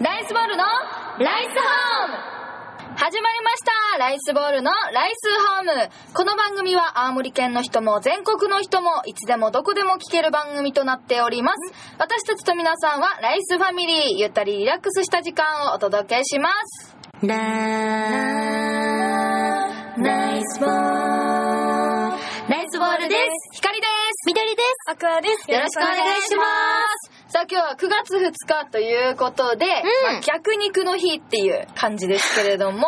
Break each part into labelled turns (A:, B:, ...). A: ライスボールのライスホーム始まりましたライスボールのライスホームこの番組は青森県の人も全国の人もいつでもどこでも聞ける番組となっております私たちと皆さんはライスファミリーゆったりリラックスした時間をお届けします
B: ラナイスボールナイスボールです
A: 光です
B: 緑です
C: アクアです。
A: よろしくお願いします。さあ今日は9月2日ということで、
B: ん
A: まあ逆肉の日っていう感じですけれども、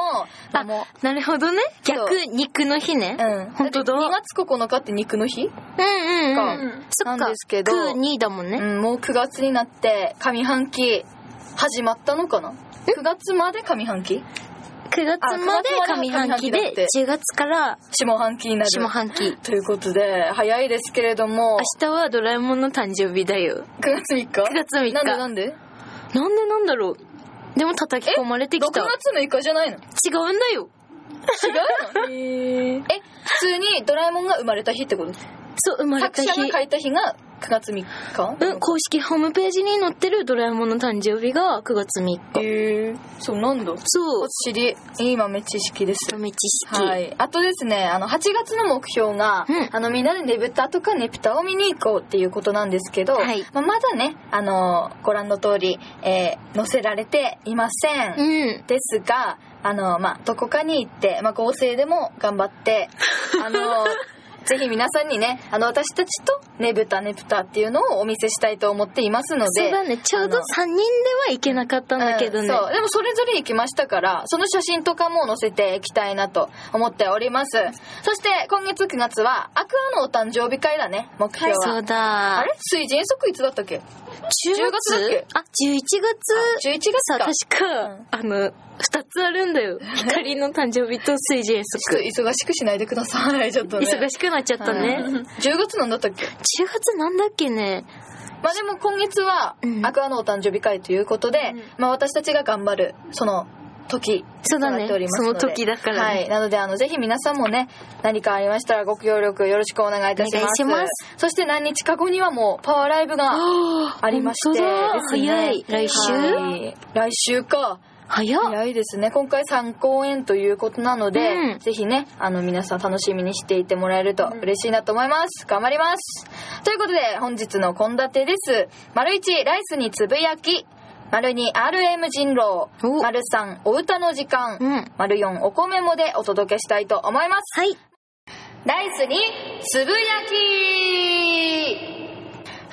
A: まあも
B: なるほどね
A: そう
B: 逆肉の日ね
A: う、うん。
B: 本当だ
A: 2月9日って肉の日、
B: うんうん
A: か
B: うんそっ
A: なん
B: か
A: ですけど
B: 空2だもんね、
A: うん、もう9月になって上半期始まったのかな ?9 月まで上半期
B: 9月まで
A: あ九月まで
B: 上半期
A: 上半期だっ
B: で
A: て
B: 10月から
A: 下半期になる。
B: 下半期
A: ということで、早いですけれども、
B: 明日はドラえもんの誕生日だよ
A: 9月3日 ?9
B: 月3日
A: なんでなんで
B: なんでなんだろうでも叩き込まれて
A: ?6
B: きた
A: 月6日じゃないの違
B: 違うんだよ
A: うの え、普通にドラえもんが生まれた日ってこと
B: そう生まれた
A: 作
B: 日
A: 者が書いた日が9月3日
B: うん、公式ホームページに載ってるドラえもんの誕生日が9月3日。
A: へえそうなんだ
B: そう
A: お、知りいい豆知識です
B: 豆知識。
A: はい、あとですねあの8月の目標が、
B: うん
A: あのみんなでねぶたとかねぷたを見に行こうっていうことなんですけど、
B: はい
A: まあ、まだねあのご覧の通り、えー載せられていません、
B: うん。
A: ですがあの、まあ、どこかに行って、まあ、合成でも頑張 ってあのぜひ皆さんにねあの私たちとねぶたねぶたっていうのをお見せしたいと思っていますの
B: そう
A: で
B: だね、ちょうど3
A: あの
B: 人では行けなかったんだけどね。
A: うんそうでもそれぞれ行きましたからその写真とかも載せていきたいなと思っておりますそして今月9月はアクアのお誕生日会だね目標
B: はい
A: は、
B: そうだ。
A: あれ水神足いつだったっけ
B: 10
A: 10月だっけ
B: あ、11月。
A: 11月
B: さ、
A: か
B: 確か、
A: うん
B: あの、2つあるん だよ。光の誕生日と水神遠
A: ちょっ
B: 足。
A: と忙しくしないでくださいちょっとね
B: 忙しくなっちゃったね。
A: は
B: 10
A: い10月なんだったっけ
B: 月なんだっけね。
A: まあでも今月は
B: うん
A: アクアのお誕生日会ということで、
B: うん
A: まあ私たちが頑張るその時
B: そうだね
A: となっておりますので
B: その時だからね
A: はいなのであのぜひ皆さんもね何かありましたらご協力よろしくお願いいたします
B: お願いします
A: そして何日か後にはもうパワーライブが
B: あ
A: ありましてですね
B: 早い。来週、
A: はい来週か
B: 早っ。
A: 早いですね今回3公演ということなので、
B: うん
A: ぜひねあの皆さん楽しみにしていてもらえると嬉しいなと思います、頑張りますということで本日の献立です丸1ライスにつぶやき丸2 RM 人狼
B: お
A: 丸3お歌の時間、
B: うん
A: 丸4お米もでお届けしたいと思います
B: はい。
A: ライスにつぶやき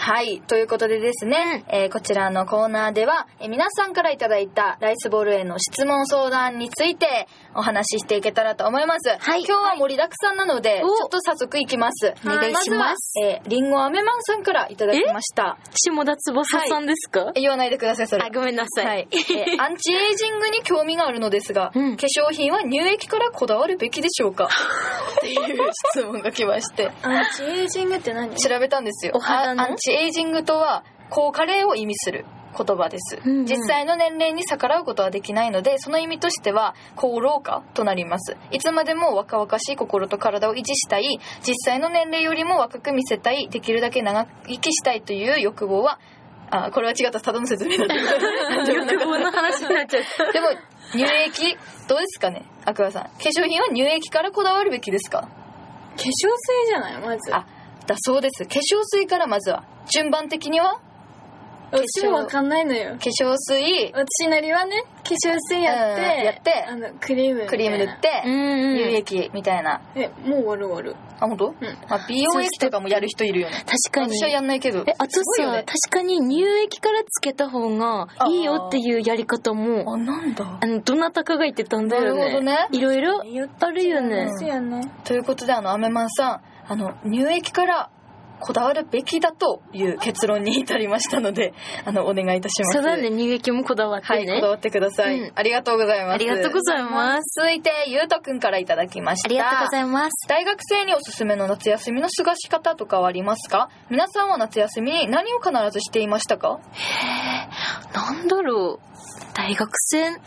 A: はい。ということでですね、えーこちらのコーナーでは、えー皆さんからいただいたライスボールへの質問相談についてお話ししていけたらと思います。
B: はい
A: 今日は盛りだくさんなので、ち
B: お
A: ょっと早速いきます。
B: お願いします
A: ずは、えー、リンゴアメマンさんからいただきました。
B: 下田翼さんですか、
A: え言わないでください、それ。
B: あ、ごめんなさい。
A: はい、えーアンチエイジングに興味があるのですが、
B: うん
A: 化粧品は乳液からこだわるべきでしょう かっていう質問が来まして
C: アンチエイジングって何
A: 調べたんですよ
B: お肌の
A: あアンチエイジングとは高加齢を意味する言葉です、
B: うんうん
A: 実際の年齢に逆らうことはできないのでその意味としては高老化となりますいつまでも若々しい心と体を維持したい実際の年齢よりも若く見せたいできるだけ長生きしたいという欲望はあこれは違ったただの説明だった
B: 欲望の話になっちゃ っ た。
A: でも乳液どうですかねアクアさん化粧品は乳液からこだわるべきですか
C: 化粧水じゃないまず。
A: あだそうです化粧水からまずは順番的には
C: 私もわかんないの
A: 化
C: よ。
A: 粧水
C: 私なりはね、化粧水やって、
A: うんやって
C: あの、クリームみたいな。
A: クリーム塗って
B: うんうん
A: 乳液みたいな
C: え、もう終わる終わる。
A: あ本当、
C: ん
A: まあ、美容液とかもやる人いるよね
B: 確かに。
A: 私はやんないけど
B: え、あと
A: すごい
B: さ、
A: よね
B: 確かに乳液からつけた方がいいよっていうやり方も、
A: あなんだ
B: あの、どなたかが言ってたんだ
A: な
B: よね。
A: るほどね
B: いろいろあるよね
C: で。すよね。
A: ということであのアメマンさんあの乳液からこだわるべきだという結論に至りましたので あのお願いいたします
B: そうだね、乳液もこだわっ
A: は
B: て
A: い、こだ
B: ね。
A: わってください、
B: うん
A: ありがとうございます
B: ありがとうございます。
A: 続いてゆうとくんからいただきました
B: ありがとうございます。
A: 大学生におすすめの夏休みの過ごし方とかはありますか皆さんは夏休みに何を必ずしていましたか
B: なんだろう。大学生っ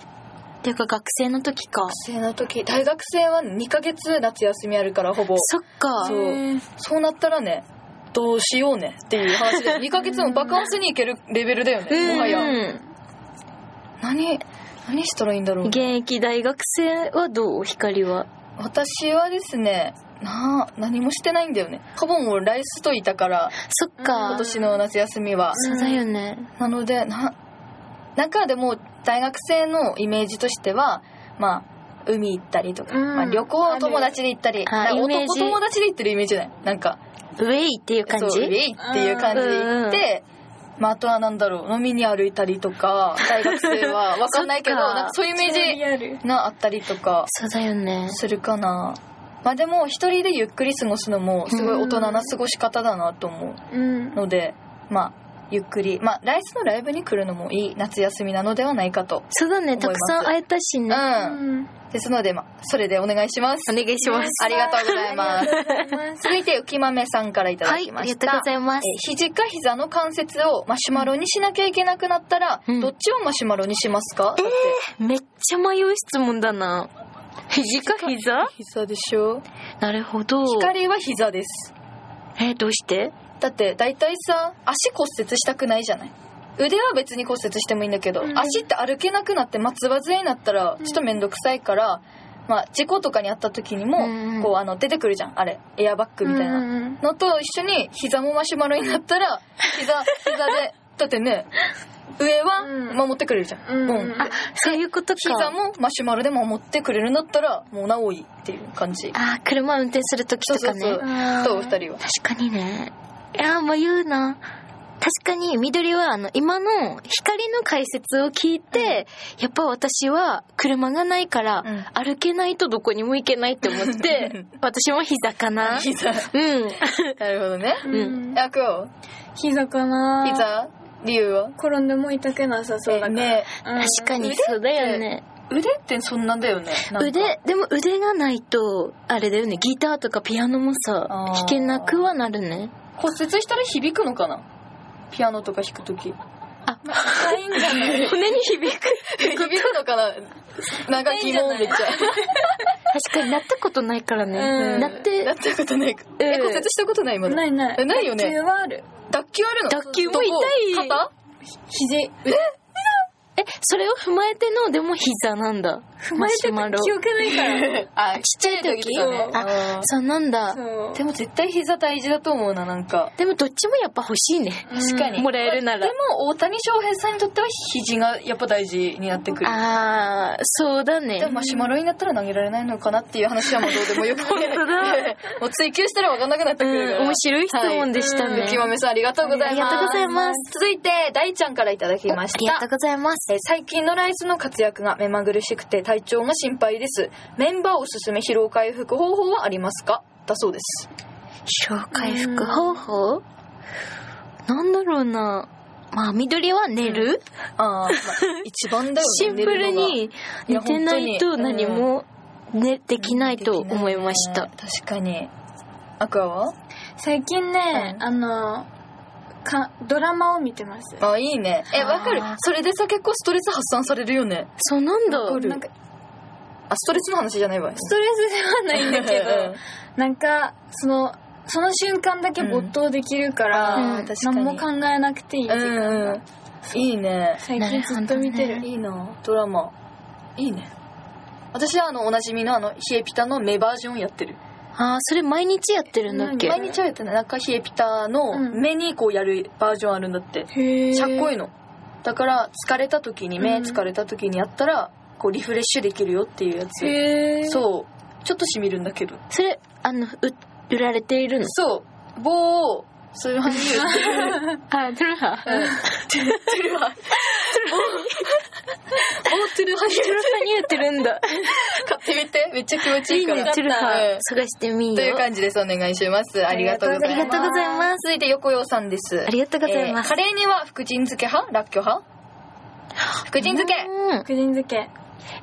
B: ていうか学生の時か。
A: 学生の時大学生は2ヶ月夏休みあるからほぼ
B: そっか。
A: そうそうなったらねどうしようねっていう話で2ヶ月もバカンスに行けるレベルだよねもはや
B: うん。
A: 何何したらいいんだろう
B: 現役大学生はどう光は。
A: 私はですねなあ何もしてないんだよねほぼもうライスといたから
B: そっ
A: 今
B: か。
A: 年の夏休みは
B: そうだよね。
A: なのでな中でも大学生のイメージとしてはまあ海行ったりとか、
C: うん
A: まあ、旅行友達で行ったり
B: あ
A: なんか
B: イメージ
A: 男友達で行ってるイメージじゃないなんか
B: ウェイっていう感
A: そう
B: じ
A: ウェイっていう感じで行って、まあ、あとはなんだろう飲みに歩いたりとか大学生 はわかんないけど
B: そっか
A: なんかそういうイメ
C: リ
A: ー
C: アル
A: ジがあったりとか
B: そうだよね。
A: するかなまあでも一人でゆっくり過ごすのもすごい大人な過ごし方だなと思
C: う
A: う
C: ん
A: のでまあゆっくりまあライスのライブに来るのもいい夏休みなのではないかと
B: そうだね。
A: 思い
B: た
A: ま
B: く
A: す
B: さん会えたし
A: う
B: ね。
A: んですのでまあそれでお願いします
B: お願いします。
A: ありがとうございます
C: す
A: 続いて浮豆さんからいただ
B: は
A: き
B: い、あ
A: ま
B: り
A: し
B: がと
A: た、
B: うございます。
A: えー肘か膝の関節をマシュマロにしなきゃいけなくなったら、
B: うん
A: どっちをマシュマロにしますか、だって
B: めっちゃ迷う質問だな。肘か膝
A: 膝でしょ
B: なるほど。
A: 光は膝です
B: え、どうして
A: だって大体さ足骨折したくないじゃない腕は別に骨折してもいいんだけど、
C: うん
A: 足って歩けなくなって松葉杖になったらちょっと面倒くさいから、まあ事故とかにあった時にも、
B: うん
A: こうあの出てくるじゃんあれエアバッグみたいな、
C: な
A: のと一緒に膝もマシュマロになったら膝膝でだってね上
C: う
A: は
C: ん
A: 守ってくれるじゃん、
C: うん
A: ボン
C: うん
B: そういうことか。
A: 膝もマシュマロでも持ってくれるんだったらもうなおいいっていう感じ
B: あー、車運転するときとかね。
A: そうそうそうどうお二人は
B: 確かにね。いやー、迷うな。確かに、緑は、あの、今の光の解説を聞いて、やっぱ私は車がないから、
A: うん
B: 歩けないとどこにも行けないって思って、私も膝かな。
A: 膝
B: うん。
A: なるほどね
B: ん
C: うん
A: あくお
C: 膝かな
A: 膝理由は
C: 転んでも痛くなさそうだから
A: ね
C: 確
B: 確かに、そうだよね。
A: 腕ってそんなんだよねなんか
B: 腕、でも腕がないと、あれだよね、ギターとかピアノもさ、
A: あー
B: 弾けなくはなるね。
A: 骨折したら響くのかなピアノとか弾くとき
B: あ、
A: 痛いんじゃない
B: 骨に響く。
A: 響くのかななんか疑問めっちゃ
B: 確かになったことないからね。
C: うん
B: なって
A: な、ったことないかえ
B: うん
A: 骨折したことないまだ
C: ないない
A: えないよね
C: 理由はある
A: 脱臼あるの
B: 脱臼も痛い
A: どこ肩
C: 肘
B: え、それを踏まえての、でも膝なんだ。踏
C: 前で記憶ない から
A: あ、ちっ
B: ちゃい時
A: とね。あ
B: そうなんだ。
C: そう
A: でも絶対膝大事だと思うな、なんか。
B: でもどっちもやっぱ欲しいね。
A: 確かに。
B: もらえるな
A: で
B: ら。
A: も、大谷翔平さんにとっては肘がやっぱ大事になってくる。
B: あー、そうだ
A: でも
B: ね。
A: マシュマロになったら投げられないのかなっていう話はもうどうで もよくて
B: 本当だ
A: もう追求したら分かんなくなって
B: う
A: くるか
B: ん、
A: ら
B: 面白い質問でしたね。
A: 雪豆さんありがとうございます
B: ありがとうございます
A: 続いて大ちゃんからいただきまし
B: あり
A: た
B: がとうございます。
A: えー最近のライスの活躍が目まぐるしくて体調が心配ですメンバーおすすめ疲労回復方法はありますかだそうです
B: 疲労回復方法なんだろうな。まあ、緑は寝る、
A: ああ、まあ、一番だ よね
B: シンプルに
A: 寝るの
B: 寝
A: が
B: てないと
A: いや本当に
B: 何も、ね、できないと
A: できな
B: 思いました。
A: 確かにアクアは
C: 最近ね
A: うん
C: あのかドラマを見てます
A: あいいねえ
B: あー
A: わかるそれでさ結構ストレス発散されるよね
B: そうなんだ。
A: わかる
C: なんか
A: あストレスの話じゃない わ
C: ストレスではないんだけ
A: うん
C: どなんかそのその瞬間だけ没頭できるから、
A: うん
B: あー
A: 確かに
C: 何も考えなくていい時
A: う
C: 間が、
A: んうんいいね
C: 最近 ずっと見てる
B: なる
A: いいなドラマいいね私はあのおなじみのあの冷えピタの目バージョンやってる
B: ああ、それ毎日やってるんだっけ
A: 毎日はやってないなんか冷えピタの
C: うん
A: 目にこうやるバージョンあるんだって
C: へえ
A: ちゃっこいいのだから疲れた時に目疲れた時にやったらこうリフレッシュできるよっていうやつ
C: へえう
A: そうちょっとしみるんだけど
B: それ、あの、う売られているの
A: そう棒をそういう話 に言って
B: あ、トゥルハ。
A: うんトゥルハ棒をトゥルハに
B: トゥルハにやってるん だ。
A: 買ってみてめっちゃ気持ち
B: い
A: いい
B: い
A: から
B: ね、トゥル
A: う
B: ハ
A: ん。
B: 探してみよう。
A: という感じですお願いしますありがとうございます
B: ありがとうございます。
A: 続いて横洋さんです
B: ありがとうございます
A: えーカレーには福神漬け派らっきょう派福神漬け
B: うん
C: 福神漬け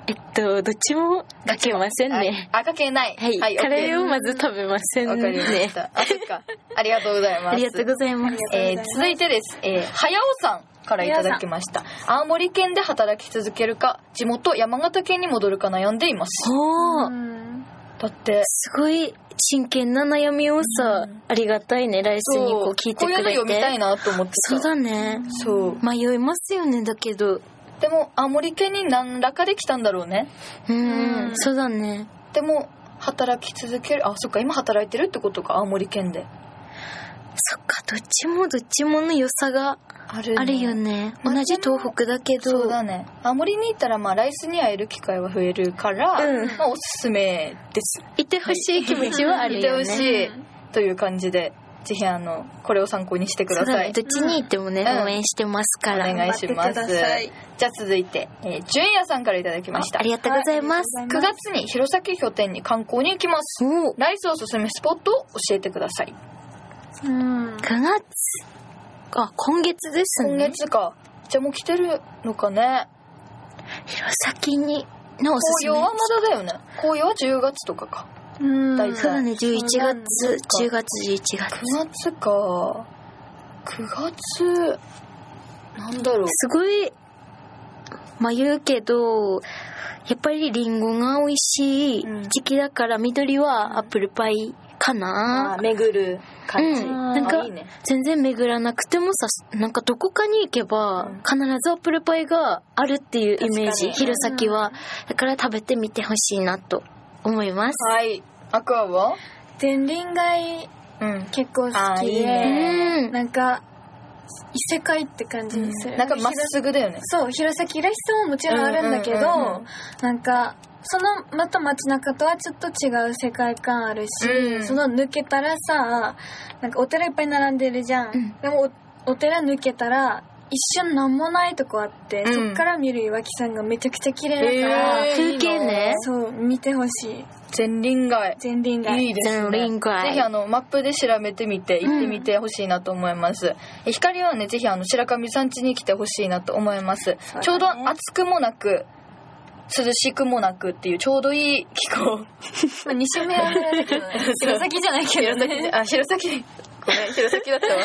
B: えっと、どっちもかけませんね。
A: あかけない
B: はい、カレーをまず食べませ
A: OK
B: ん
A: わかりま
B: ね
A: し。たあそっ かありがとうございます
B: ありがとうございます。
A: えー続いてです、えー、早尾さんからいただきました青森県で働き続けるか地元山形県に戻るか悩んでいます
B: おー、
C: ん
A: だって
B: すごい真剣な悩みをさ、
A: うん
B: ありがたいね、来週にこう聞いて
A: こう
B: く
A: いうの
B: れ
A: 読みたい
B: て。
A: なと思って
B: そう
A: さ
B: だね。
A: そう
B: 迷いますよね、だけど。
A: でも青森県に何らかで来たんだろうね
B: うん、
C: うん
B: そうだね
A: でも働き続けるあそっか今働いてるってことか青森県で
B: そっかどっちもどっちもの良さが
A: ある
B: あるよね、
A: まあ
B: 同じ東北だけど
A: そうだね青森に行ったらまあライスに会える機会は増えるから、
B: うん
A: まあ、おすすめです
B: いてほしい気持ちはあるよね
A: いてほしいという感じでぜひあのこれを参考にしてくだ
B: そうだ
A: さ
B: ね
A: い
B: どっちに行ってもね、
A: うん
B: 応援してますから
A: お願いします
C: 頑張ってください
A: じゃあ続いて、えー、純也さんからいただきました
B: ありがとうございます、
C: はいありがと
A: 9月に弘前拠点に観光に行きます
B: お
A: ライスおすすめスポットを教えてください
C: うん
B: 9月あ今月です
A: 今
B: ね
A: 月かじゃあもう来てるのかね
B: 弘前にのおすすめ
A: 紅葉はまだだよね紅葉は10月とかか
C: うん
A: 大
B: そうだね11
C: そうなんだ
B: 月10月11月
A: 9月か9月なんだろう
B: すごい迷うけどやっぱりリンゴが美味しい
A: うん
B: 時期だから緑はアップルパイか
A: あ
B: な、
A: 巡る感じ、
B: うん
A: あ
B: なんか
A: いいね
B: 全然巡らなくてもさなんかどこかに行け
A: う
B: ば
A: ん
B: 必ずアップルパイがあるっていうイメ
A: 確
B: ー
A: か
B: ジ
A: に
B: 弘前はだから食べてみてほしいなと思います
A: はいアクアは
C: 天輪街
A: うん
C: 結構好
A: あ
C: き
A: いい
B: うん
A: ね
C: でなんか異世界って感じにする、
A: なんかまっすぐだよね
C: そう弘前らしさももちろんあるんだけど、
A: うんうんうんうん
C: なんかそのまた街中とはちょっと違う世界観あるし、
A: うん
C: その抜けたらさなんかお寺いっぱい並んでるじゃん、
B: うん
C: でもおお寺抜けたら一瞬なんもないとこあって、
A: うん
C: そっから見る岩木さんがめちゃくちゃ綺麗だから、
A: へー
B: 風景ね
C: そう見てほしい
A: 前輪街
C: 前輪街
A: いいですね。
B: 全輪街
A: ぜひあのマップで調べてみて行ってみてほしいなと思います。え光はねぜひあの白神山地に来てほしいなと思います。
C: ね
A: ちょうど暑くもなく涼しくもなくっていうちょうどいい気 候。
C: まあ二周目はね弘前じゃないけど ね
A: あ弘前。ごめん弘前だったわ。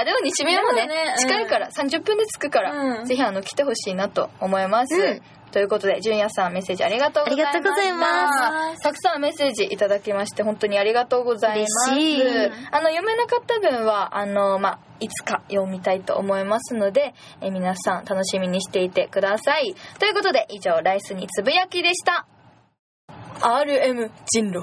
A: あでも西宮もね
C: でもねうん
A: 近いから30分で着くから、
C: うん
A: ぜひあの来てほしいなと思います。
B: うん
A: ということで純也さんメッセージありがとうございました。
B: ありがとうございます
A: たくさんメッセージいただきまして本当にありがとうございます。
B: 嬉しい
A: あの読めなかった分はあのまあいつか読みたいと思いますのでえ皆さん楽しみにしていてください。ということで以上ライスにつぶやきでした。RM 人 狼。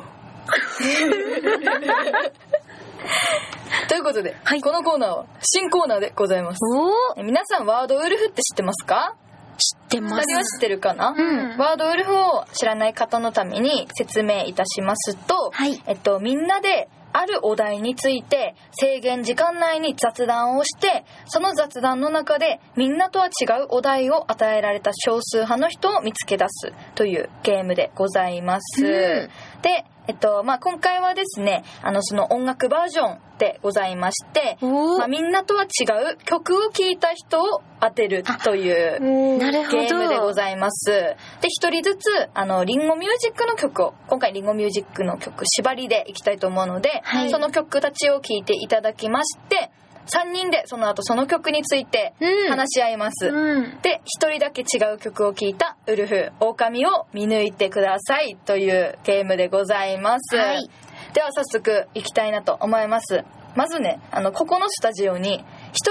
A: ということで、
B: はい
A: このコーナーは新コーナーでございます。
B: おお
A: え皆さんワードウルフって知ってますか
B: 知って
A: 二
B: ま
A: 人は
B: す
A: 知ってるかな、
B: うん
A: ワードウルフを知らない方のために説明いたしますと、
B: はい
A: えっと、みんなであるお題について制限時間内に雑談をしてその雑談の中でみんなとは違うお題を与えられた少数派の人を見つけ出すというゲームでございます。
B: うん
A: で、えっとまあ、今回はですねあのその音楽バージョンでございまして、
B: おお
A: まあ、みんなとは違う曲を聴いた人を当てるという
B: なるほど
A: ゲームでございます。で、一人ずつ、あの、リンゴミュージックの曲を、今回リンゴミュージックの曲、縛りでいきたいと思うので、
B: はい
A: その曲たちを聴いていただきまして、3人でその後その曲について
B: うん
A: 話し合います。
C: うん
A: で、1人だけ違う曲を聴いたウルフ、狼を見抜いてくださいというゲームでございます。
B: はい
A: では早速行きたいなと思います。まずね、あの、ここのスタジオに1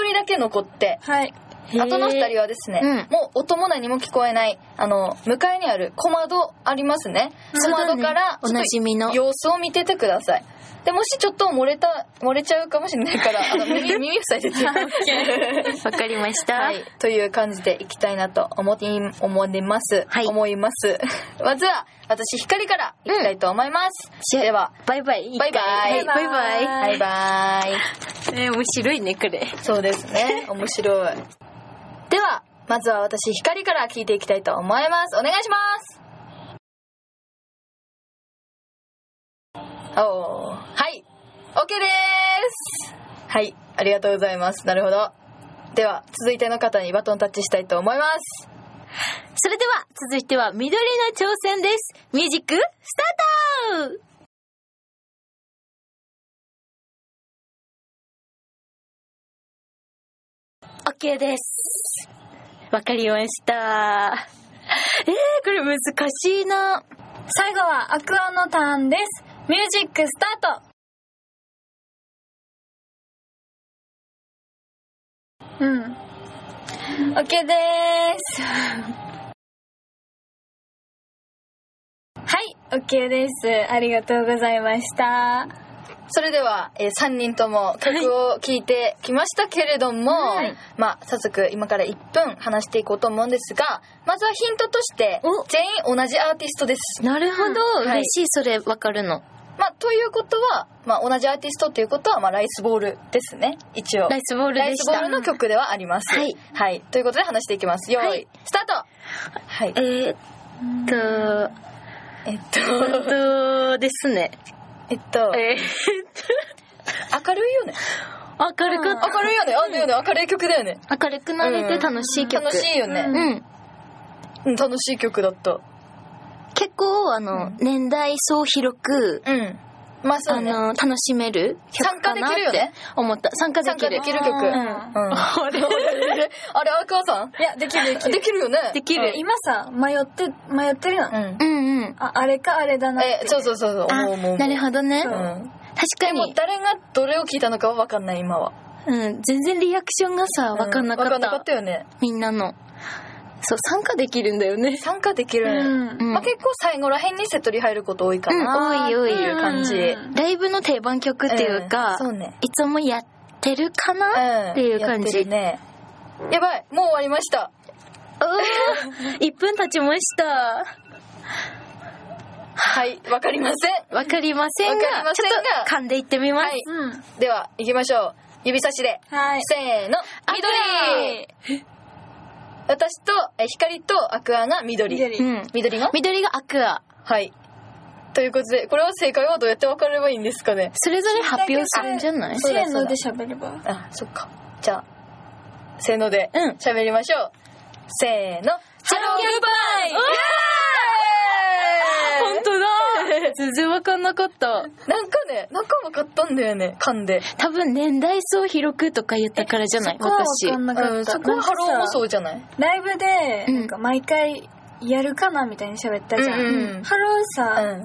A: 人だけ残って、
C: はい
A: あとの二人はですね、
B: う
A: もう音も何も聞こえない、あの、向かいにある小窓ありますね。小窓から、
B: そうだねおなじみの
A: 様子を見ててください。で、もしちょっと漏れた、漏れちゃうかもしれないから、あ の、耳、耳塞いでて。
B: わかりました、
A: はい。という感じでいきたいなと思って、思います。
B: はい
A: 思います。 まずは、私、光からいきたいと思います。
B: うん
A: では、
B: バイバイ
A: バイバイ
B: はいバイバイ
A: バイバイ。
B: えー面白いねこれ
A: そうですね。面白い。では、まずは私、光から聞いていきたいと思います。お願いします。おーはい。OK でーす。はい。ありがとうございます。なるほど。では、続いての方にバトンタッチしたいと思います。
B: それでは続いては緑の挑戦ですミュージックスタートオッケーですわかりましたえー、これ難しいな
C: 最後はアクアのターンですミュージックスタートうん
A: OK でーす。
C: はい、OK です。ありがとうございました。
A: それでは、え3人とも曲を聴いてきましたけれども、
C: はい
A: まあ、早速今から1分話していこうと思うんですが、まずはヒントとして
B: お、
A: 全員同じアーティストです。
B: なるほど、
A: うん
B: 嬉しい、それわかるの。
A: まあ、ということは、まあ、同じアーティストということは、まあ、ライスボールですね、一応。
B: ライスボール
A: ライ
B: で
A: ス
B: し
A: ボ
B: た。
A: ールの曲ではあります。
B: はい。
A: ということで話していきます。よーい、
B: はい
A: スタートはい。
B: えーっと、
A: えっ
B: 本
A: と、
B: 当ですね。
A: えっと、
B: え
A: 明るいよね。
B: ー、明るかっ
A: 明るいよね。あ、だよね。明るい曲だよね。
B: た。明るくなれて楽しい曲。
A: 楽しいよね。
B: う
A: う
B: ん。
A: ん、楽しい曲だった。
B: 結構、あの、年代層広く、
A: うん。まあそう
B: あ
A: ね。
B: の、楽しめる曲かなっ
A: 参加できるよ
B: て
A: ね
B: 思った。参加でき
A: 参加
B: る。
A: できる曲
B: あ
A: う
B: ー
A: ん、あれあれ、あかさん
C: いや、できるできる。
A: できるよね。
B: できる。
C: 今さ、迷って、迷ってるやん。
A: うん。
B: うんうん。
C: あ、あれかあれだなって。
A: え、そうそうそうそう。
B: あ
A: 思う思う。
B: なるほどね。
A: う
B: 確
A: ん。
B: か
A: でも
B: に、
A: 誰がどれを聞いたのかは分かんない今は。
B: うん、全然リアクションがさ、わかんなか
A: わ
B: っ。
A: かんなかったたよね。
B: みんなの。そう、参加できるんだよね。
A: 参加できるね。
C: うん。
B: うん
A: まあ結構最後ら辺にセトリ入ること多いかな。
B: うん多い多い
A: っていう感じ。
C: うん
B: ライブの定番曲っていうか、
A: んそうね。
B: いつもやってるかな、っていう感
A: や
B: じ。
A: ってるね。やばい、もう終わりました。
B: おー !1 分経ちました。
A: はい、わかりません。
B: わかりませんが、
A: わかりませんが
B: ちょっと噛んでいってみます。
A: はい
C: うん。
A: では、行きましょう。指差しで。
C: はい。
A: せーの、緑私と、え光とアクアが緑。
C: 緑。
B: うん。
A: 緑が
B: 緑がアクア。
A: はい。ということで、これは正解はどうやって分かればいいんですかね
B: それぞれ発表するんじゃない
A: そう
C: せ
A: だ
C: ーので喋れば。
A: あ、そっか。じゃあ、せーので
B: うん、
A: 喋りましょう。せーの、ハローグッバイイエーイ
B: 当だ全然わかんなかった。
A: なんかね、なんか分かったんだよね、噛んで。
B: 多分年代層広くとか言ったからじゃない
C: そこはわ
B: 私。
C: かんな
A: う
C: かっ
A: ん、
C: た。。
A: そこはハローもそううじゃない
C: ライブで、
B: うん
C: なんか毎回やるかなみたいに喋ったじゃ
A: うんうんうん
C: ん。ハロー
A: う
C: さ、
A: ん。
C: ハロ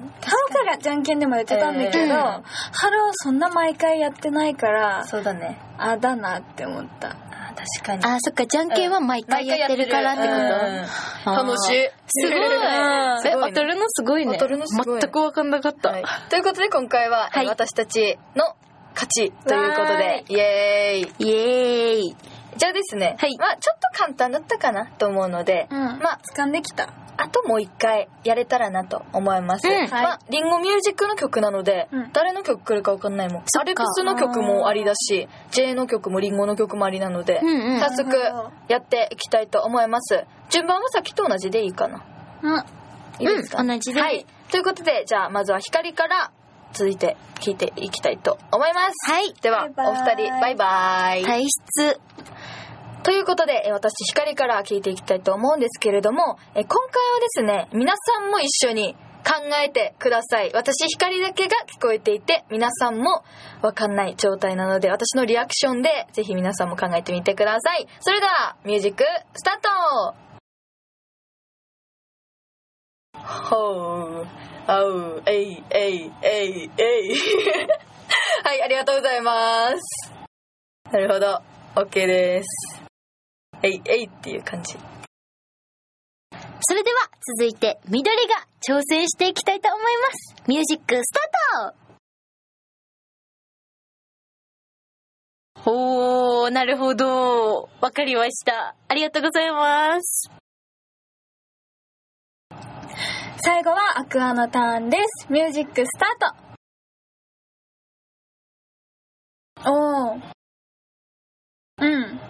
C: ーからじゃんけんでもやってたんだけど、
B: えー
C: ハローそんな毎回やってないから、
A: そうだね。
C: あ、だなって思った。
A: あ確かに。
B: あ、そっか、じゃんけんは毎回やってるからってこと。
A: うん
B: あー
A: 楽しい。
B: すごい。
A: す
B: え、
A: ごいね
B: 当たるのすごいね。
A: 当たるのすごい
B: 全くわかんなかった。
A: はい、ということで今回は、えー
B: はい
A: 私たちの勝ちということ
C: わ
A: でイエーイ
B: イエーイ。
A: じゃあですね、
B: はい
A: まあちょっと簡単だったかなと思うので、
C: うん
A: まあ
C: 掴んできた。
A: あともう一回やれたらなと思います、
B: うん
A: まあリンゴミュージックの曲なので、
C: うん
A: 誰の曲来るか分かんないもんアレックスの曲もありだし J の曲もリンゴの曲もありなので、
B: うんうん。
A: 早速
C: なるほど
A: やっていきたいと思います順番はさっきと同じでいいかな
C: うん。
A: いいですか、
B: うん同じで
A: はいということでじゃあまずは光から続いて聞いていきたいと思います
B: はい
A: では
C: バイバイ
A: お二人バイバイ
B: 体質。
A: ということでえー私光から聞いていきたいと思うんですけれどもえー今回はですね皆さんも一緒に考えてください私光だけが聞こえていて皆さんもわかんない状態なので私のリアクションでぜひ皆さんも考えてみてくださいそれではミュージックスタートほう、あう、えい、えい、えい、えい。はい、ありがとうございます。なるほど、OK です。えい、えいっていう感じ。
B: それでは、続いて、緑が挑戦していきたいと思います。ミュージック、スタートおー、なるほど。わかりました。ありがとうございます。
C: 最後はアクアのターンです。ミュージックスタートおー。うん。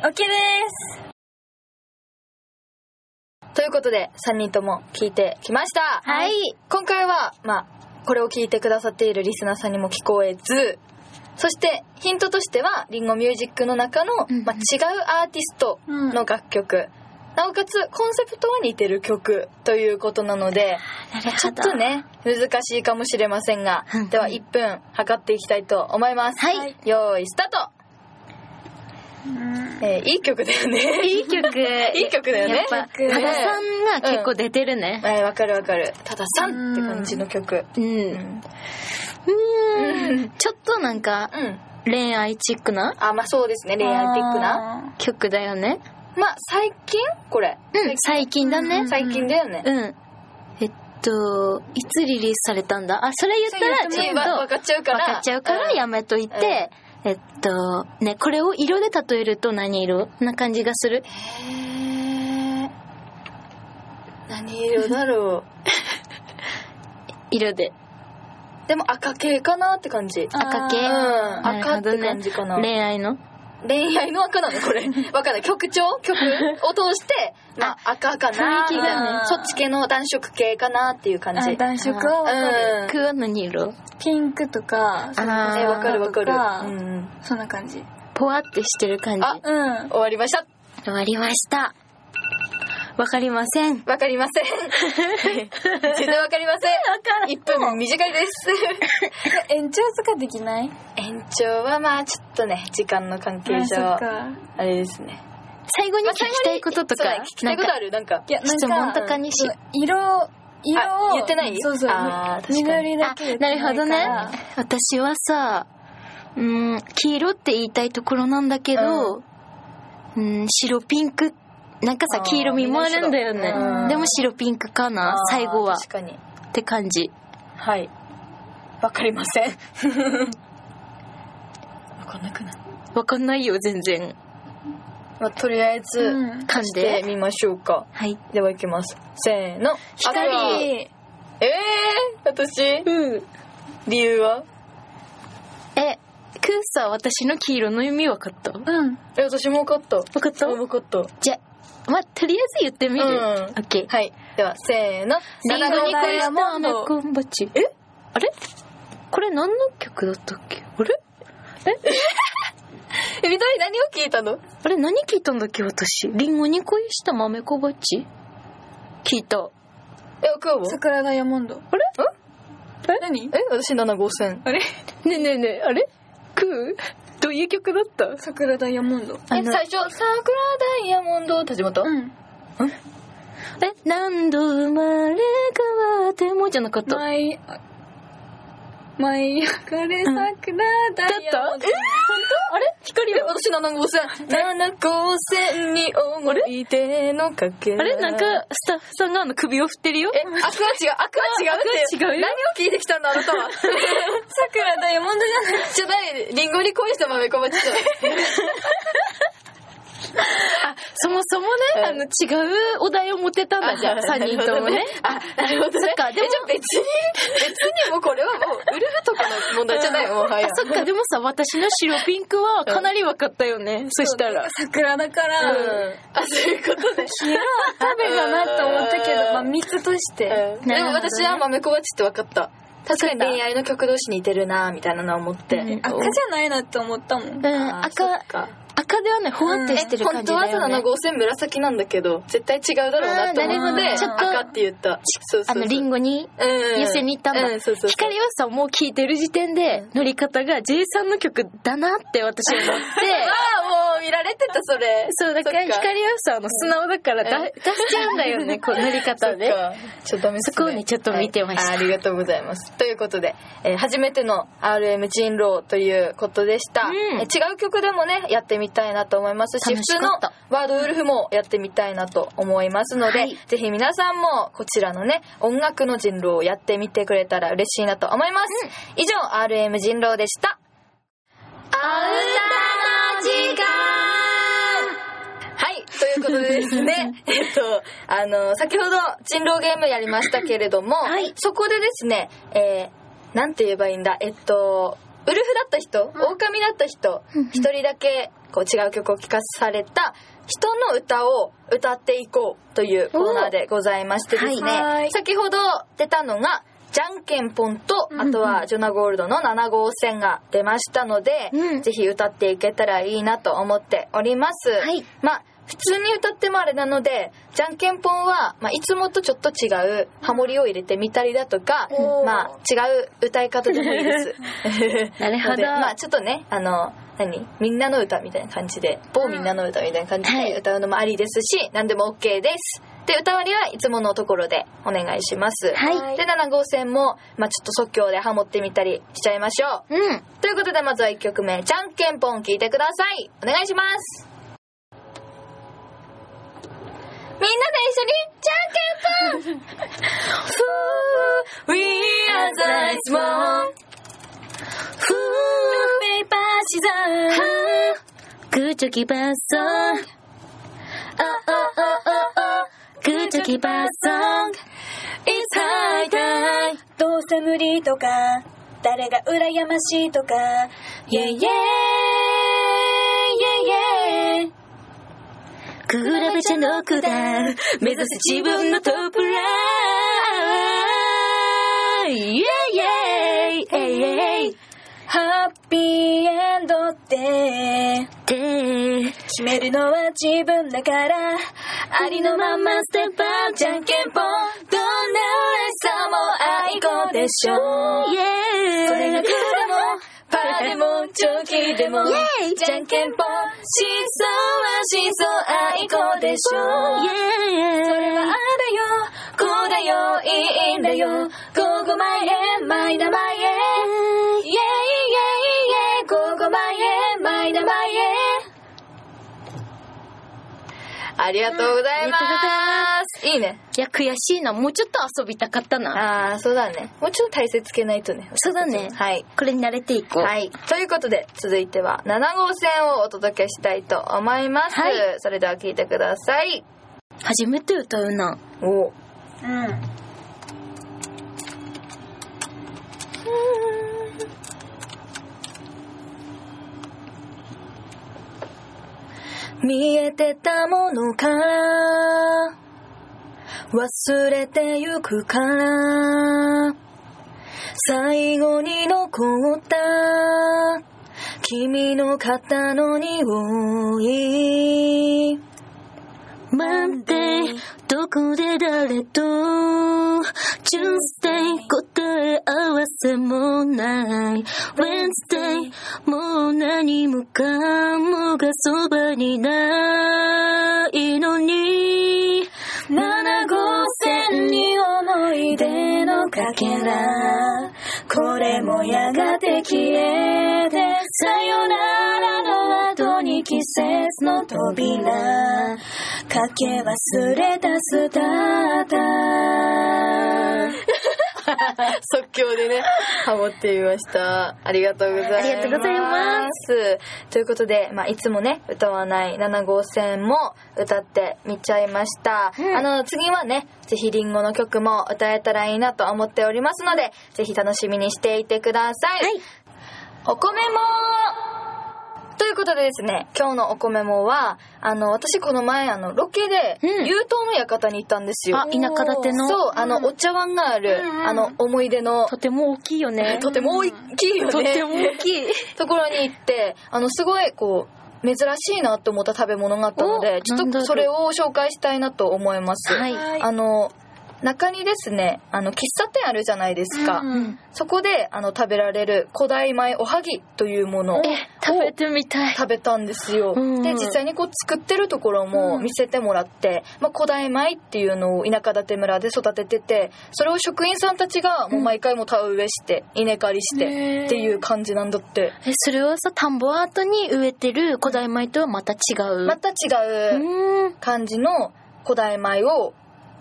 C: OK です。
A: ということで、3人とも聞いてきました。
B: はい。
A: 今回は、まあ、これを聞いてくださっているリスナーさんにも聞こえず、そして、ヒントとしては、リンゴミュージックの中の、
B: うんうん
A: まあ、違うアーティスト
C: うん
A: の楽曲、なおかつ、コンセプトは似てる曲ということなので、
B: なるほど。
A: ちょっと。ね、難しいかもしれませんが
B: うん、
A: では1分測っていきたいと思います。
B: はい。
A: よーい、スタートえーいい曲だよね。
B: いい曲。
A: いい曲だよね
B: やっぱ、
A: いい曲
B: 多田さんが結構出てるね。
A: はい、わかるわかる。たださんって感じの曲。
B: うん。
A: う。
B: うんーん。ちょっとなんか、
A: うん。
B: 恋愛チックな
A: あ、まあそうですね、恋愛ティックな。
C: な
B: 曲だよね。
A: まあ最近これ、
B: うん、最近だね。
A: 最近だよね、
B: うん。えっと、いつリリースされたんだあ、それ言ったらちょっと
A: 分かっちゃうから
B: 分かっちゃうからやめといて、えっと、ね、これを色で例えると何色な感じがする。
A: へー何色だ ろ
B: 色で。
A: うでも赤系かなって感じ
B: 赤系
A: うん
B: なる
A: 赤
B: ほ
A: っ
B: ど
A: て
B: ね
A: 感じかな
B: 恋愛の
A: 恋愛の赤なの これわかんない曲調曲を通してまあ赤かな
B: 雰囲気が
C: ね
A: そっち系の暖色系かなっていう感じ
C: あ暖色はわかる、
A: うん
B: くは何色
C: ピンクとかそれこ
B: あー
A: え
C: そ
A: わかるわかる、
C: 赤と
A: うんうん
C: そんな感じ
B: ぽわってしてる感じ。
A: あ
C: うん
A: 終わりました
B: 終わりました。わかりません。
A: わかりま せん全然わかりません1分短いです
C: 延長とかできない
A: 延長はまあちょっとね時間の関係
C: あそっ
A: 上あ
C: か
A: れですね
B: 最後に
A: ま
B: 聞
A: あ最後に
B: きたいことと
A: そう
B: か
A: だね、聞きたいことあるなんか
C: いやなんか
B: 質問とかにし
C: うん色色
A: あ
C: を
A: 言ってない
C: そうそう
A: あー確かに
C: 緑だ
B: あ
C: け言って
B: ないる
C: から
B: ほどね私はさうーん黄色って言いたいところなんだけど、うーん、白ピンクなんか
A: あ
B: さ
A: ー
B: 黄色みもあるんだよ
A: みんな白う
B: ね
A: ん
B: でも白ピンクかな
A: あー
B: 最後は
A: 確かに
B: って感じ
A: はいわかりません わかんなくない、
B: わかんないよ全然
A: まあ、とりあえず、
C: うん
B: 噛ん
A: で
B: で
A: 見ましょうか
B: はい
A: ではいきますせーの赤え
C: 光
A: ー、私
B: うん
A: 理由は
B: えクーさ私の黄色の意味わかったわ
C: うん
A: え私も分かった
B: かった
A: 分かった
B: じゃまあとりあえず言ってみる、
A: うん
B: オッケー
A: はいではせーの
B: リンゴに
A: ダイ
B: 恋
A: ヤ
B: し
A: モン
B: たア
A: ド
B: ナコンバチ。えあれこれ何の曲だったっけあれ
A: え緑何を聞いたの
B: あれ何聞いたんだっけ私。リンゴに恋した豆こばち聞いた。
A: え奥は
C: 桜ダイヤモンド
B: あれ
C: え何
A: え私7号線
C: あれ
B: ねえねえねえ、あれクーどういう曲だった
C: 桜ダイヤモンド
B: あ
A: え
B: の
A: 最初「桜ダイヤモンド」って始まった、
C: うん
B: え、何度生まれ変わってもじゃなかった。
C: 舞い舞い上がれ桜ダイヤモンド
B: あれ光
A: え
B: だ。
A: 私7号線7号線に思い出のかけら
B: あれなんか、スタッフさんがあの首を振ってるよ。
A: え、アクは違う、アクは違うって。
B: アクは違うよ
A: 何を聞いてきたんだ、あなた は。
C: 桜ダイヤモンドじゃない
A: じゃない、リンゴに恋した豆こばちじゃない。
B: そもそもね、あの、違うお題を持ってたんだ じゃん。3人ともね。
A: あ、なるほどね。
B: そっかでも
A: えじゃあ別に、別にもうこれはもう、ウルフとかの問題じゃない、もうはや
B: あ。そっかでもさ私の白ピンクはかなり分かったよね、そしたら
C: 桜だか
A: うん
C: ら、
A: あ、そういうことね。
C: 食べかなと思ったけど
A: うん、
C: まあ、蜜として、
A: うんでも私は豆こばちって分かった。確かに恋愛の曲同士似てるなみたいなのは思って。
B: うん
C: 赤じゃないなって思ったもん
B: うん
A: あー
B: 赤
A: そっか
B: 赤ではねほわってしてる感
A: 本
B: じ
A: 当は
B: だよ
A: 7
B: ね、
A: 号線紫なんだけど絶対違うだろうなって思って
B: あーなるほどちょっと
A: 赤って言ったそうそ
B: あ
A: うそう
B: のリンゴに
A: うん
B: 寄せに行ったんだ、
A: うんそうそうそう
B: 光はさもう聴いてる時点で乗り方が J さんの曲だなって私は思っ て
A: ああもう見られてたそれ
B: そうだから
A: そっか
B: 光はさあの素直だから
A: うん
B: だ出しちゃうんだよねこう乗り
A: そ
B: 方
A: っ
B: で
A: かちょっとダメですね
B: そこをねちょっと見てました
A: はいあーありがとうございますということで、えー初めての RM 人狼ということでした、
B: うん
A: えー違う曲でもねやってみたいなと思いますし普
B: 楽し
A: 通
B: か
A: の
B: った
A: ワードウルフもやってみたいなと思いますので、
B: はい
A: ぜひ皆さんもこちらのね音楽の人狼をやってみてくれたら嬉しいなと思います、以上 RM 人狼でしたアウタの時間はい、ということでですね、えっと、あの、先ほど人狼ゲームやりましたけれども、
B: はい
A: そこでですね、えー、なんて言えばいいんだ、えっと、ウルフだった人、狼だった人、一人だけこう違う曲を聴かされた人の歌を歌っていこうというコーナーでございましてですね、
C: おはい
A: 先ほど出たのが、じゃんけんぽんと、あとはジョナゴールドの7号線が出ましたので、
B: うん
A: ぜひ歌っていけたらいいなと思っております。
B: はい
A: まあ普通に歌ってもあれなのでじゃんけんぽんは、まあ、いつもとちょっと違うハモリを入れてみたりだとか
C: お、ー
A: まあ、違う歌い方でもいいです。
B: なるほ
A: の
B: ど
A: でまあちょっとねあの何みんなの歌みたいな感じで某みんなの歌みたいな感じ
B: はい
A: で歌うのもありですし、何でも OK です。で歌割りはいつものところでお願いします。
B: はい
A: で7号線も、まあ、ちょっと即興でハモってみたりしちゃいましょう。
B: うん
A: ということでまずは1曲目「じゃんけんぽん」聴いてくださいお願いします緒にじゃんけんぽん We are the s m a l
C: ペーパーシザ
B: グ
C: ー
B: ーチョキバッソンググーチョキバッソング
A: It's high time
C: どうせ無理とか誰が羨ましいとか
A: Yeah yeah yeah yeah
B: 比べちゃノックだ目指す自分のトップラインイエイエイエイエイ
C: ハッピーエンドって
B: で
C: 決めるのは自分だからあ
B: あ
C: り
B: り
C: の
B: の
C: ま
B: ま
C: ま
B: まステップアップじゃんけんぽ
A: ど
B: ん
A: んな嬉しさも愛子でしょう
B: イエイ
A: それがグーでもパーでもチョキでも
B: イエイ
A: じゃんけんぽん真相は真相愛子でしょう
B: イエイ
A: それはあだよ、こうだよ、いいんだよ。ここまえ、まいだまえ。イェイイェイイェイ、ここまえ、まいだまえ。ありがとうございます。いいね。
B: いや悔しいなもうちょっと遊びたかったな
A: ああ、そうだね。もうちょっと体勢つけないとね。
B: そうだね
A: はい。
B: これに慣れていこう
A: はい。ということで、続いては7号線をお届けしたいと思います。
B: はい
A: それでは聞いてください。
B: 初めて歌うな
A: お
C: うん
A: 見えてたものから忘れてゆくから最後に残った君の肩の匂い
B: 待ってどこで誰と Tuesday 答え合わせもない Wednesday もう何もかもがそばにないのに
C: 七号線に思い出のかけらこれもやがて消えてさよならの後に季節の扉かけ忘れたスターター
A: 即興でね、ハモってみました。ありがとうございます。。
B: ありがとうございます
A: ということで、まあ、いつもね、歌わない7号線も歌ってみちゃいました。
B: うん
A: あの、次はね、ぜひリンゴの曲も歌えたらいいなと思っておりますので、ぜひ楽しみにしていてください。
B: はい
A: お米もということでですね、今日のお米もは、あの、私この前、あの、ロケで、
B: うん
A: 優等の館に行ったんですよ。
B: あ田舎建ての
A: そう、あの、お茶碗がある、
C: うんうん
A: あの、思い出の、
B: とても大きいよね
A: とても大きいよね。
B: とても大きい
A: ところに行って、あの、すごい、こう、珍しいなと思った食べ物があったので、
B: お
A: ちょ
B: なん
A: っ
B: だ
A: と
B: ろう
A: それを紹介したいなと思います。
B: はい
A: あの、中にですね、あの、喫茶店あるじゃないですか。
B: うん
A: そこで、あの、食べられる古代米おはぎというものを
B: え食べてみたい
A: 食べたんですよ。
B: うん
A: で、実際にこう作ってるところも見せてもらって、まあ、古代米っていうのを田舎館村で育ててて、それを職員さんたちがもう毎回も田植えして、稲刈りしてっていう感じなんだって。
B: えそれはさ田んぼアートに植えてる古代米とはまた違う、
A: また違う
B: うーん
A: 感じの古代米を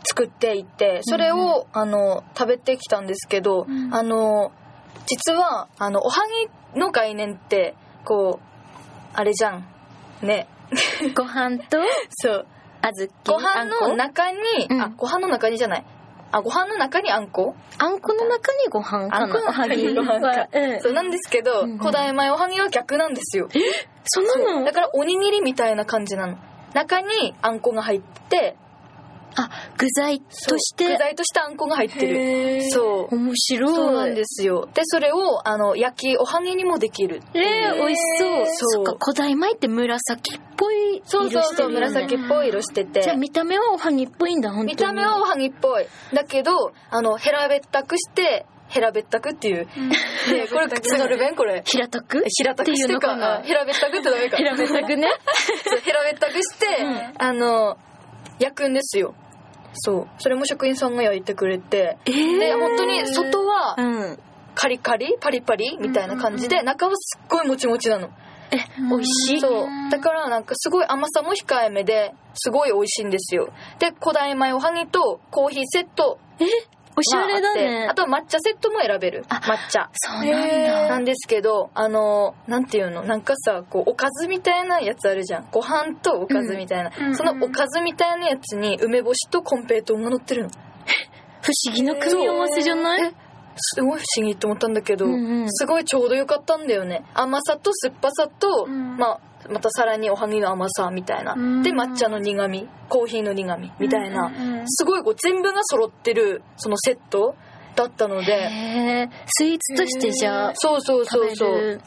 A: 作っていて、それを、あの、食べてきたんですけど、
C: うん
A: あの、実は、あの、おはぎの概念って、こう、あれじゃん。ね。
B: ご飯と
A: そう。
B: 小
A: ご
B: 豆
A: 飯
B: あ
A: の
B: んこ
A: 中に、
B: うん
A: あ、ご飯の中にじゃない。あ、ご飯の中にあんこ
B: あんこの中にご飯
A: あ
B: か
A: んこ
B: な
A: の中にご飯か
B: は。うん
A: そうなんですけど、
B: うんうん
A: 古代米おはぎは逆なんですよ。
B: そんなの
A: だからおにぎりみたいな感じなの。中にあんこが入って、
B: あ具材とし
A: そう具
B: て
A: 材としてあんこが入ってる。そう。
B: 面白い
A: そうなんですよ。で、それを、あの、焼きおはぎにもできる。
B: えー、美味しそう
A: そう
B: そっか古代米って紫っぽい色
A: そうそう
B: して
A: そう、
B: るよね
A: 紫っぽい色してて。
B: じゃあ見た目はおはぎっぽいんだ本当に
A: 見た目はおはぎっぽい。だけど、あの、ヘラべったくして、ヘラべったくっていう。 ね、これ、つのるべんこれ。
B: 平たく
A: 平たく
B: っ
A: して
B: いう
A: て
B: のかな
A: か、平べったくってダメか。
B: 平べたくね
A: そう平べったくして、
B: う
A: あの、焼くんですよ。そう。それも職員さんが焼いてくれて。
B: えー、
A: で、本当に外は
B: うん
A: カリカリ、パリパリみたいな感じで、中はすっごいもちもちなの。
B: え、美味しい。
A: そうだからなんかすごい甘さも控えめですごい美味しいんですよで古代米おはぎとコーヒーセット
B: え、おし
A: があ
B: ゃ
A: っ
B: れ
A: て
B: だね
A: あ。と抹茶セットも選べる
B: あ
A: 抹茶
B: そう
A: な
B: なんんだ。
A: ですけどあのなんていうのなんかさこうおかずみたいなやつあるじゃんご飯とおかずみたいな、
C: うんうん
A: そのおかずみたいなやつに梅干しとコンペイトウが乗ってるの
B: 不思議な組み合わせじゃない
A: すごい不思議って思ったんだけど、
B: うんうん
A: すごいちょうどよかったんだよね甘さと酸っぱさと、
C: うん
A: まあ、またさらにおはぎの甘さみたいな、
C: うん
A: で抹茶の苦みコーヒーの苦みみたいな、
C: うん
A: すごいこう全部が揃ってるそのセットだったので
B: へえ、スイーツとしてじゃあ、
A: そうそう
B: 食
A: そ
B: べ
A: うそう
B: る。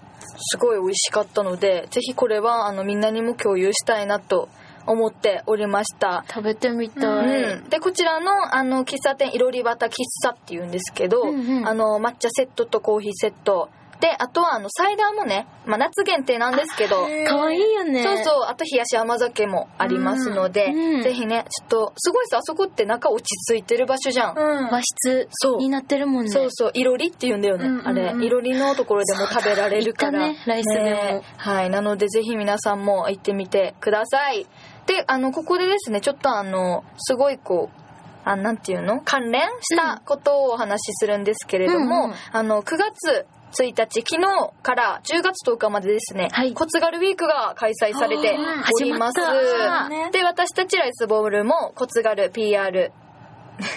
A: すごい美味しかったのでぜひこれはあのみんなにも共有したいなと思っておりました
B: 食べてみ
A: う
B: たい。
A: ん、でこちらのあの喫茶店いろりばた喫茶っていうんですけど、
B: うんうん
A: あの抹茶セットとコーヒーセットであとはあのサイダーもね、まあ、夏限定なんですけど、
B: かわいいよね。
A: そうそうあと冷やし甘酒もありますので、
B: うんうん
A: ぜひねちょっとすごいさあそこって中落ち着いてる場所じゃん、
C: うん
B: 和室
A: そう
B: になってるもんね。
A: そうそういろりっていうんだよね、
C: うんうんうん
A: あれいろりのところでも食べられるから
B: そうだ行ったねライスでも
A: ねはいなのでぜひ皆さんも行ってみてくださいであのここでですねちょっとあのすごいこうあなんていうの関連したことをお話しするんですけれども、
B: うんうん
A: あの9月1日昨日から10月10日までですね、
B: はい
A: コツガルウィークが開催されております
B: あー始まった
C: ね
A: で私たちライスボールもコツガル PR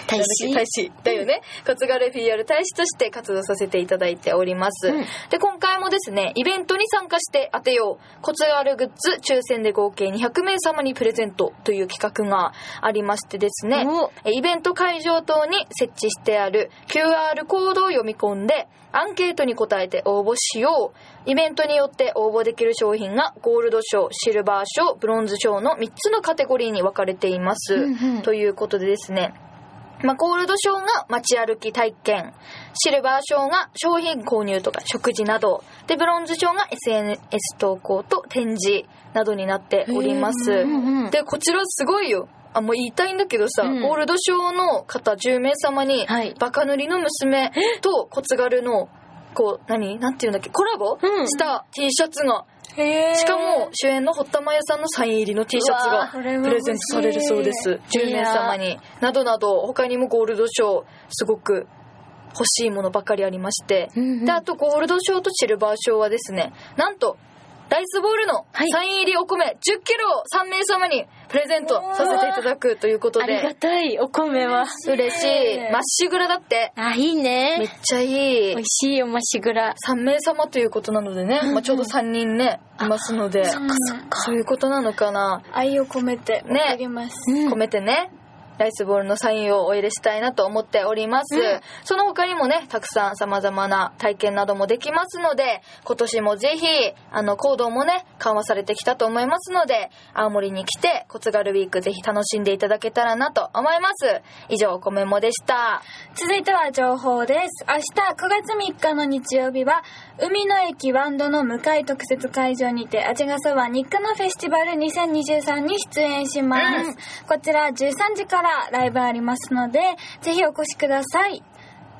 B: 大使。
A: 大使だよね。コツガル PR 大使として活動させていただいております。
B: うん
A: で、今回もですね、イベントに参加して当てよう。コツガルグッズ抽選で合計200名様にプレゼントという企画がありましてですね、
B: お
A: えイベント会場等に設置してある QR コードを読み込んで、アンケートに答えて応募しよう。イベントによって応募できる商品がゴールド賞、シルバー賞、ブロンズ賞の3つのカテゴリーに分かれています。
B: うんうん
A: ということでですね、まあ、ゴールド賞が街歩き体験シルバー賞が商品購入とか食事などでブロンズ賞が SNS 投稿と展示などになっております、
B: へーうんうん
A: でこちらすごいよあもう言いたいんだけどさ、
B: うん
A: ゴールド賞の方10名様に、
B: はい
A: バカ塗りの娘とコツガルのこう何なんていうんだっけコラボ、
B: うん
A: した T シャツが
C: へー
A: しかも主演の堀田真由さんのサイン入りの T シャツ
C: う
A: が
C: わ
A: プ
C: これは
A: レゼントされるそうです10
B: い
A: 名
B: やー
A: 様になどなど他にもゴールド賞すごく欲しいものばかりありまして
B: うんうん
A: であとゴールド賞とシルバー賞はですねなんとライスボールの
B: はい
A: サイン入りお米1 0キロを3名様にプレゼントさせていただくということ
B: ありが
A: で
B: たい、お米は。
A: 嬉しいまっしぐらだって
B: あ、いい
A: めっ
B: ね。
A: ちゃいい
B: 美味しいよ、ましぐら。
A: 3名様ということなのでね、まあ、ちょうど3人ねいますので
C: うん
A: そういうことなのかな
C: 愛を込めて
A: ね
C: 送ります、
B: うん
A: 込めてね、ライスボールのサインをお入れしたいなと思っております、
B: うん
A: その他にもねたくさん様々な体験などもできますので今年もぜひあの行動もね緩和されてきたと思いますので青森に来てコツガルウィークぜひ楽しんでいただけたらなと思います以上コメモでした
C: 続いては情報です。明日9月3日の日曜日は、海の駅ワンドの向かい特設会場にて、味がそば日課のフェスティバル2023に出演します。こちら13時からライブありますので、ぜひお越しください。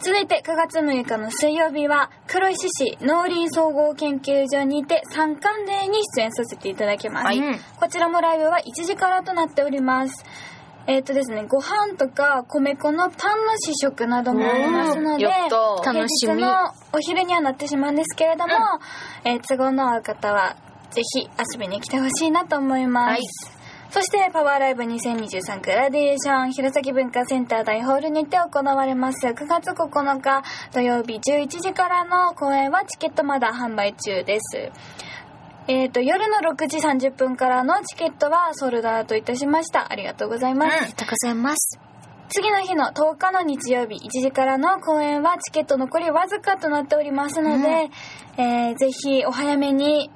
C: 続いて9月6日の水曜日は黒石市農林総合研究所にて三冠デーに出演させていただきます、
A: はい
C: こちらもライブは1時からとなっておりますえっ、とですねご飯とか米粉のパンの試食などもありますので
A: やった
B: 楽しみ
C: 平日のお昼にはなってしまうんですけれども、えー都合の合う方はぜひ遊びに来てほしいなと思います、
A: はい
C: そしてパワーライブ2023グラデーション弘前文化センター大ホールにて行われます9月9日土曜日11時からの公演はチケットまだ販売中ですえー、と夜の6時30分からのチケットはソールドアウトいたしましたありがとうございま
A: うん
C: す、
B: ありがとうございます。
C: 次の日の10日の日曜日1時からの公演はチケット残りわずかとなっておりますので、えーぜひお早めに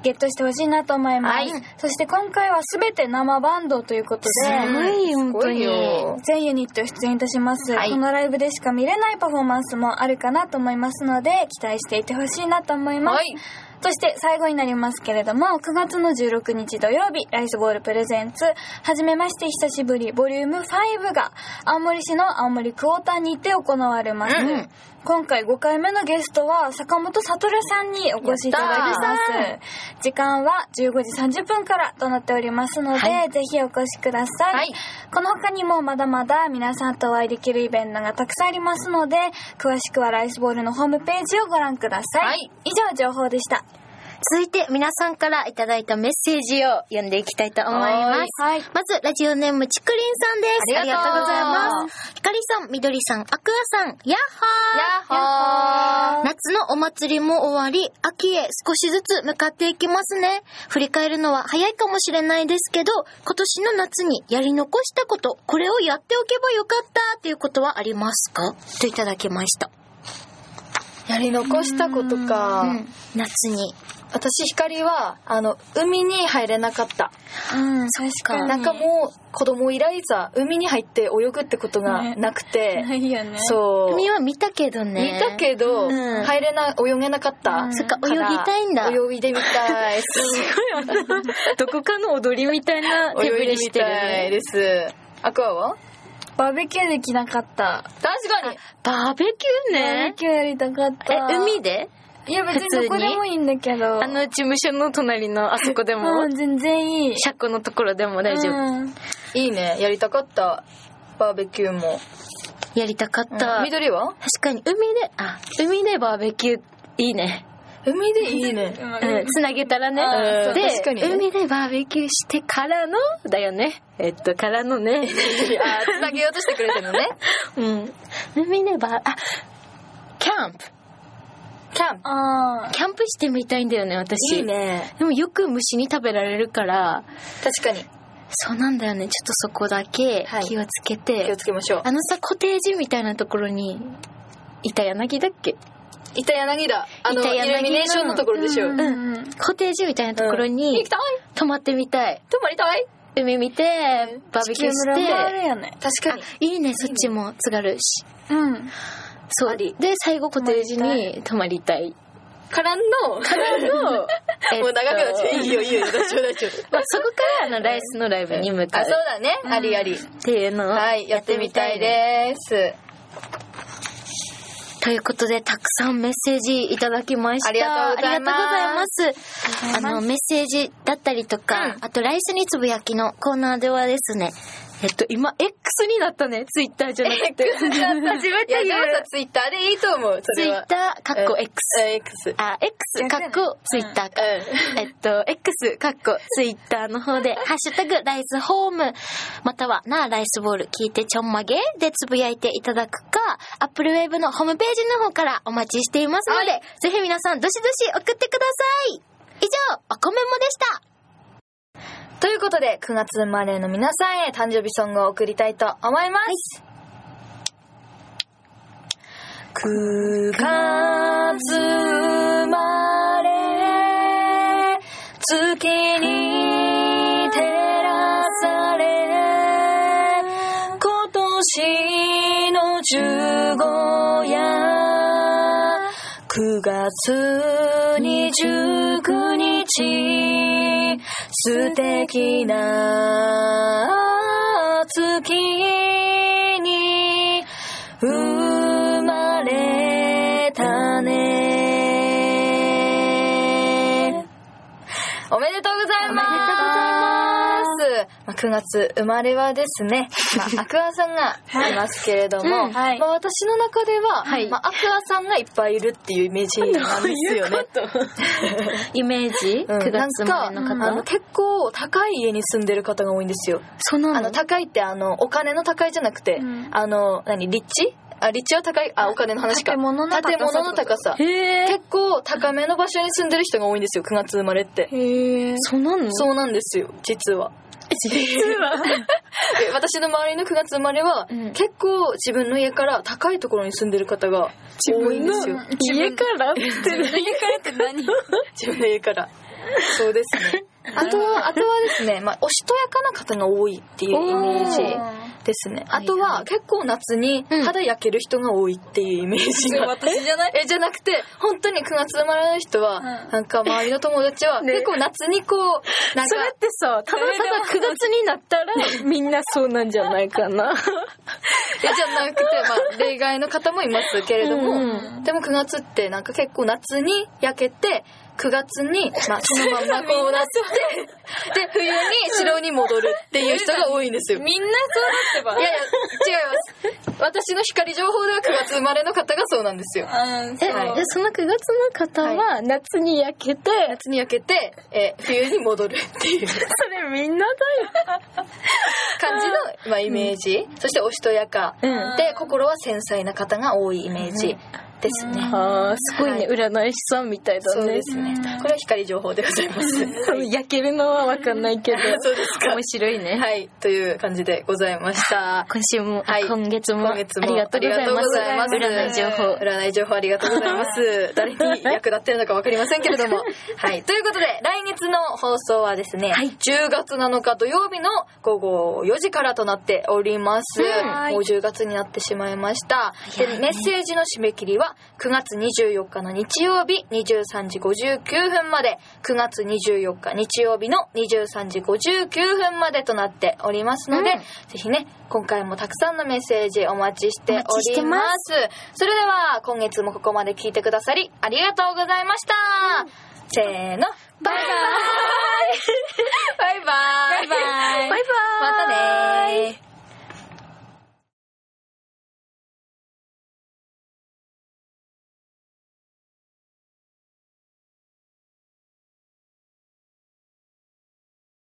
C: ゲットしてほしいなと思います、
A: はい
C: そして今回は全て生バンドということ
B: す
C: で
B: ごい
A: うん
B: 本当に
A: すごいよ
C: 全ユニット出演いたします、
A: はい
C: このライブでしか見れないパフォーマンスもあるかなと思いますので期待していてほしいなと思います、
A: はい
C: そして最後になりますけれども、9月の16日土曜日、ライスボールプレゼンツ、はじめまして久しぶり、ボリューム5が、青森市の青森クォーターにて行われます。
A: うんうん
C: 今回5回目のゲストは、坂本悟さんにお越しいただきます
A: やっ。
C: 時間は15時30分からとなっておりますので、
A: はい
C: ぜひお越しください。
A: はい
C: この他にもまだまだ皆さんとお会いできるイベントがたくさんありますので、詳しくはライスボールのホームページをご覧ください。
A: はい
C: 以上情報でした。
B: 続いて皆さんからいただいたメッセージを読んでいきたいと思います。
C: はい
B: まず、ラジオネームちくりんさんです。
A: ありがとう
B: ありがとうございます。ひかりさん、みどりさん、あくあさん、やっ
A: やっ
B: ほー
A: ほー
B: 夏のお祭りも終わり、秋へ少しずつ向かっていきますね。振り返るのは早いかもしれないですけど、今年の夏にやり残したこと、これをやっておけばよかったということはありますかといただきました。
A: やり残したことか、
B: うん、夏に。
A: 私光はあの海に入れなかった、
C: うん、確
B: か
A: なんかもう子供以来さ海に入って泳ぐってことがなくて、
C: ないよね。う。
A: そう
B: 海は見たけどね。
A: 見たけど、
B: うん
A: 入れな泳げなかった、
C: うん
B: そっか、
A: か
B: 泳ぎ
A: ら
B: たいんだ。
A: 泳いでみた い
B: どこかの踊りみたいな
A: 泳いでみたい。ですアクアは
C: バーベキューできなかった。
A: 確かに
B: バーベキュー
C: バーベ
B: ね。
C: キューやりたかった。
B: え、海で
C: いや、別にどこでもいいんだけど。
B: あの事務所の隣のあそこでも
C: うん、、全然いい。
B: 車庫のところでも大丈夫。
C: うん
A: いいねやりたかったバーベキューも、
B: やりたかっ
A: うん
B: た。確
A: 緑は
B: かに海で、あ、海でバーベキュー、いいね。
A: 海でいいね
B: うん、つなげたら
A: あ
B: ね
A: ー。確かに
B: で、海でバーベキューしてからの、だよね。えっと、から のね。
A: あつなげようとしてくれてるのね
B: うん。海でバー、あ、キャンプ。
A: キャンプ
C: あ
B: キャンプしてみたいんだよね、 私。
A: いいね
B: でもよく虫に食べられるから、
A: 確かに
B: そうなんだよね。ちょっとそこだけ
A: はい
B: 気をつけ
A: 気
B: て。
A: をつけましょう
B: あのさ、コテージみたいなところに、板柳だっけ
A: 板柳だあの
B: 板
A: イ
B: 柳の
A: ルミネーションのところでしょ、
C: ー。
A: うん
C: ん。
B: コテージみたいなところ
A: 行
B: に
A: きたい
B: 泊まってみたい。
A: 泊まりたい
B: 海見て、バーベキューし
C: 地球村もあ
B: て。
C: るよね。
A: 確かに
B: いいね、そっちも津軽し。
C: うん。
B: そう。で、最後コテージに泊まりたい。
A: からんの
B: の、えっと
A: もう長くなっちゃういいよいいよ大丈夫大丈夫
B: まあそこからあの、ライスのライブに向か
A: あ
B: う
A: そうだね、ありあり
B: っていうのを。
A: はいやってみたいです
B: ということで、たくさんメッセージいただきました。
A: ありがとうございます
B: ありがとうございますあの、メッセージだったりとか、
A: うん
B: あと、ライスにつぶやきのコーナーではですね、えっと、今、X になったね、ツイッターじゃなくて。 初め
A: いや
B: て
A: で
B: 言
A: もさ
B: う。
A: ツイッターでいいと思うそ
B: ツイ
A: れ
B: ッ
A: は
B: ター、かっこ X。
A: え X
B: あ、X、かっこツイッターか。
A: う
B: えっと、X、かっこ、ツイッターの 方で、ハッシュタグ、ライスホーム、または、なあ、ライスボール、聞いてちょんまげでつぶやいていただくか、アップルウェブのホームページの方からお待ちしていますので、
A: はい
B: ぜひ皆さん、どしどし送ってください以上、おこめもでした
A: んということで9月生まれの皆さんへ誕生日ソングを送りたいと思います、9月生まれ月に照らされ今年の十五夜9月29日素敵な月に生まれたねおめでとうございますまあ9月生まれはです ね、まあ、アクアさんがいますけれども、
B: うん
C: はい
A: まあ、私の中では、
B: はい
A: まあ、アクアさんがいっぱいいるっていうイメージなんですよね。
B: イメージ、
A: うん
B: ?9 月生まれの
A: な
B: 方、
A: んかあの結構高い家に住んでる方が多いんですよ。
B: その
A: あの高いってあのお金の高いじゃなくて、
C: うん
A: あの何立地あ立地は高いあお金の話か
C: 建物の高さ
A: 建物の高さ
B: へえ
A: 結構高めの場所に住んでる人が多いんですよ9月生まれって。
C: へえ。
B: そうなの
A: そうなんですよ実は。
B: 実 は。
A: え私の周りの9月生まれは、
B: うん
A: 結構自分の家から高いところに住んでる方が多いんですよ
B: 家から来てる。
C: 家からって 何
A: 自分の家からそうですねあとはあとはですね、まあ、おしとやかな方が多いっていうイメージですね。
B: は
A: あ
B: い
A: とは結構夏に
B: うん
A: 肌焼ける人が多いっていうイメージが。
C: 私じゃない
A: え、じゃなくて、本当に9月生まれの人は、
C: うん
A: なんか周りの友達は
C: ね
A: 結構夏にこう、なん
C: そ
A: か、
C: れってさ、ただただ9月になった ら、みんなそうなんじゃないかな。
A: えじゃなくて、まあ 例外の方もいますけれども、
C: うん
A: でも9月ってなんか結構夏に焼けて、9月に、まあ、そのまんまこうな って、で、冬に城に戻るっていう人が多いんですよ。
C: みんなそうだってば
A: いやいや、違います。私の光情報では9月生まれの方がそうなんですよ。
C: うん、
B: え、
A: はい
B: でその9月の方は夏に焼けて、
A: 夏に焼けて、えー冬に戻るっていう
C: それみんな
A: 感じの、まあ、イメージ。そして、おしとやか。
C: だ
B: う
A: で、心は繊細な方が多いイメージですね。
C: あーすごいね、占い師さんみたいだね。
A: そうですね。これは光情報でございます。
C: 焼けるのはわかんないけど。
A: そうですか
C: 面。白いね。
A: はい、という感じでございました。
B: 今週も、
A: はい
B: 今月も
A: 今月も
B: ありがとうござ
A: ありが
B: います。
A: とうござい
B: 占
A: ま
B: い
A: す
B: 情報。
A: 占い情報ありがとうございます。 誰に役立ってるのかわかりませんけれども。はい。ということで、来月の放送はですね、10月7日土曜日の午後4時からとなっております。
C: はい
A: もう10月になってしまいました。
B: 早い
A: で、
B: ね
A: メッセージの締め切りは9月24日の日曜日23時59分まで、9月24日日曜日の23時59分までとなっておりますので、
B: うん
A: ぜひね、今回もたくさんのメッセージお待ちして
B: お待ちしてま
A: それでは今月もここまで聞いてくださりありがとうございました、せーのバイバイバイバイ
B: バイバイ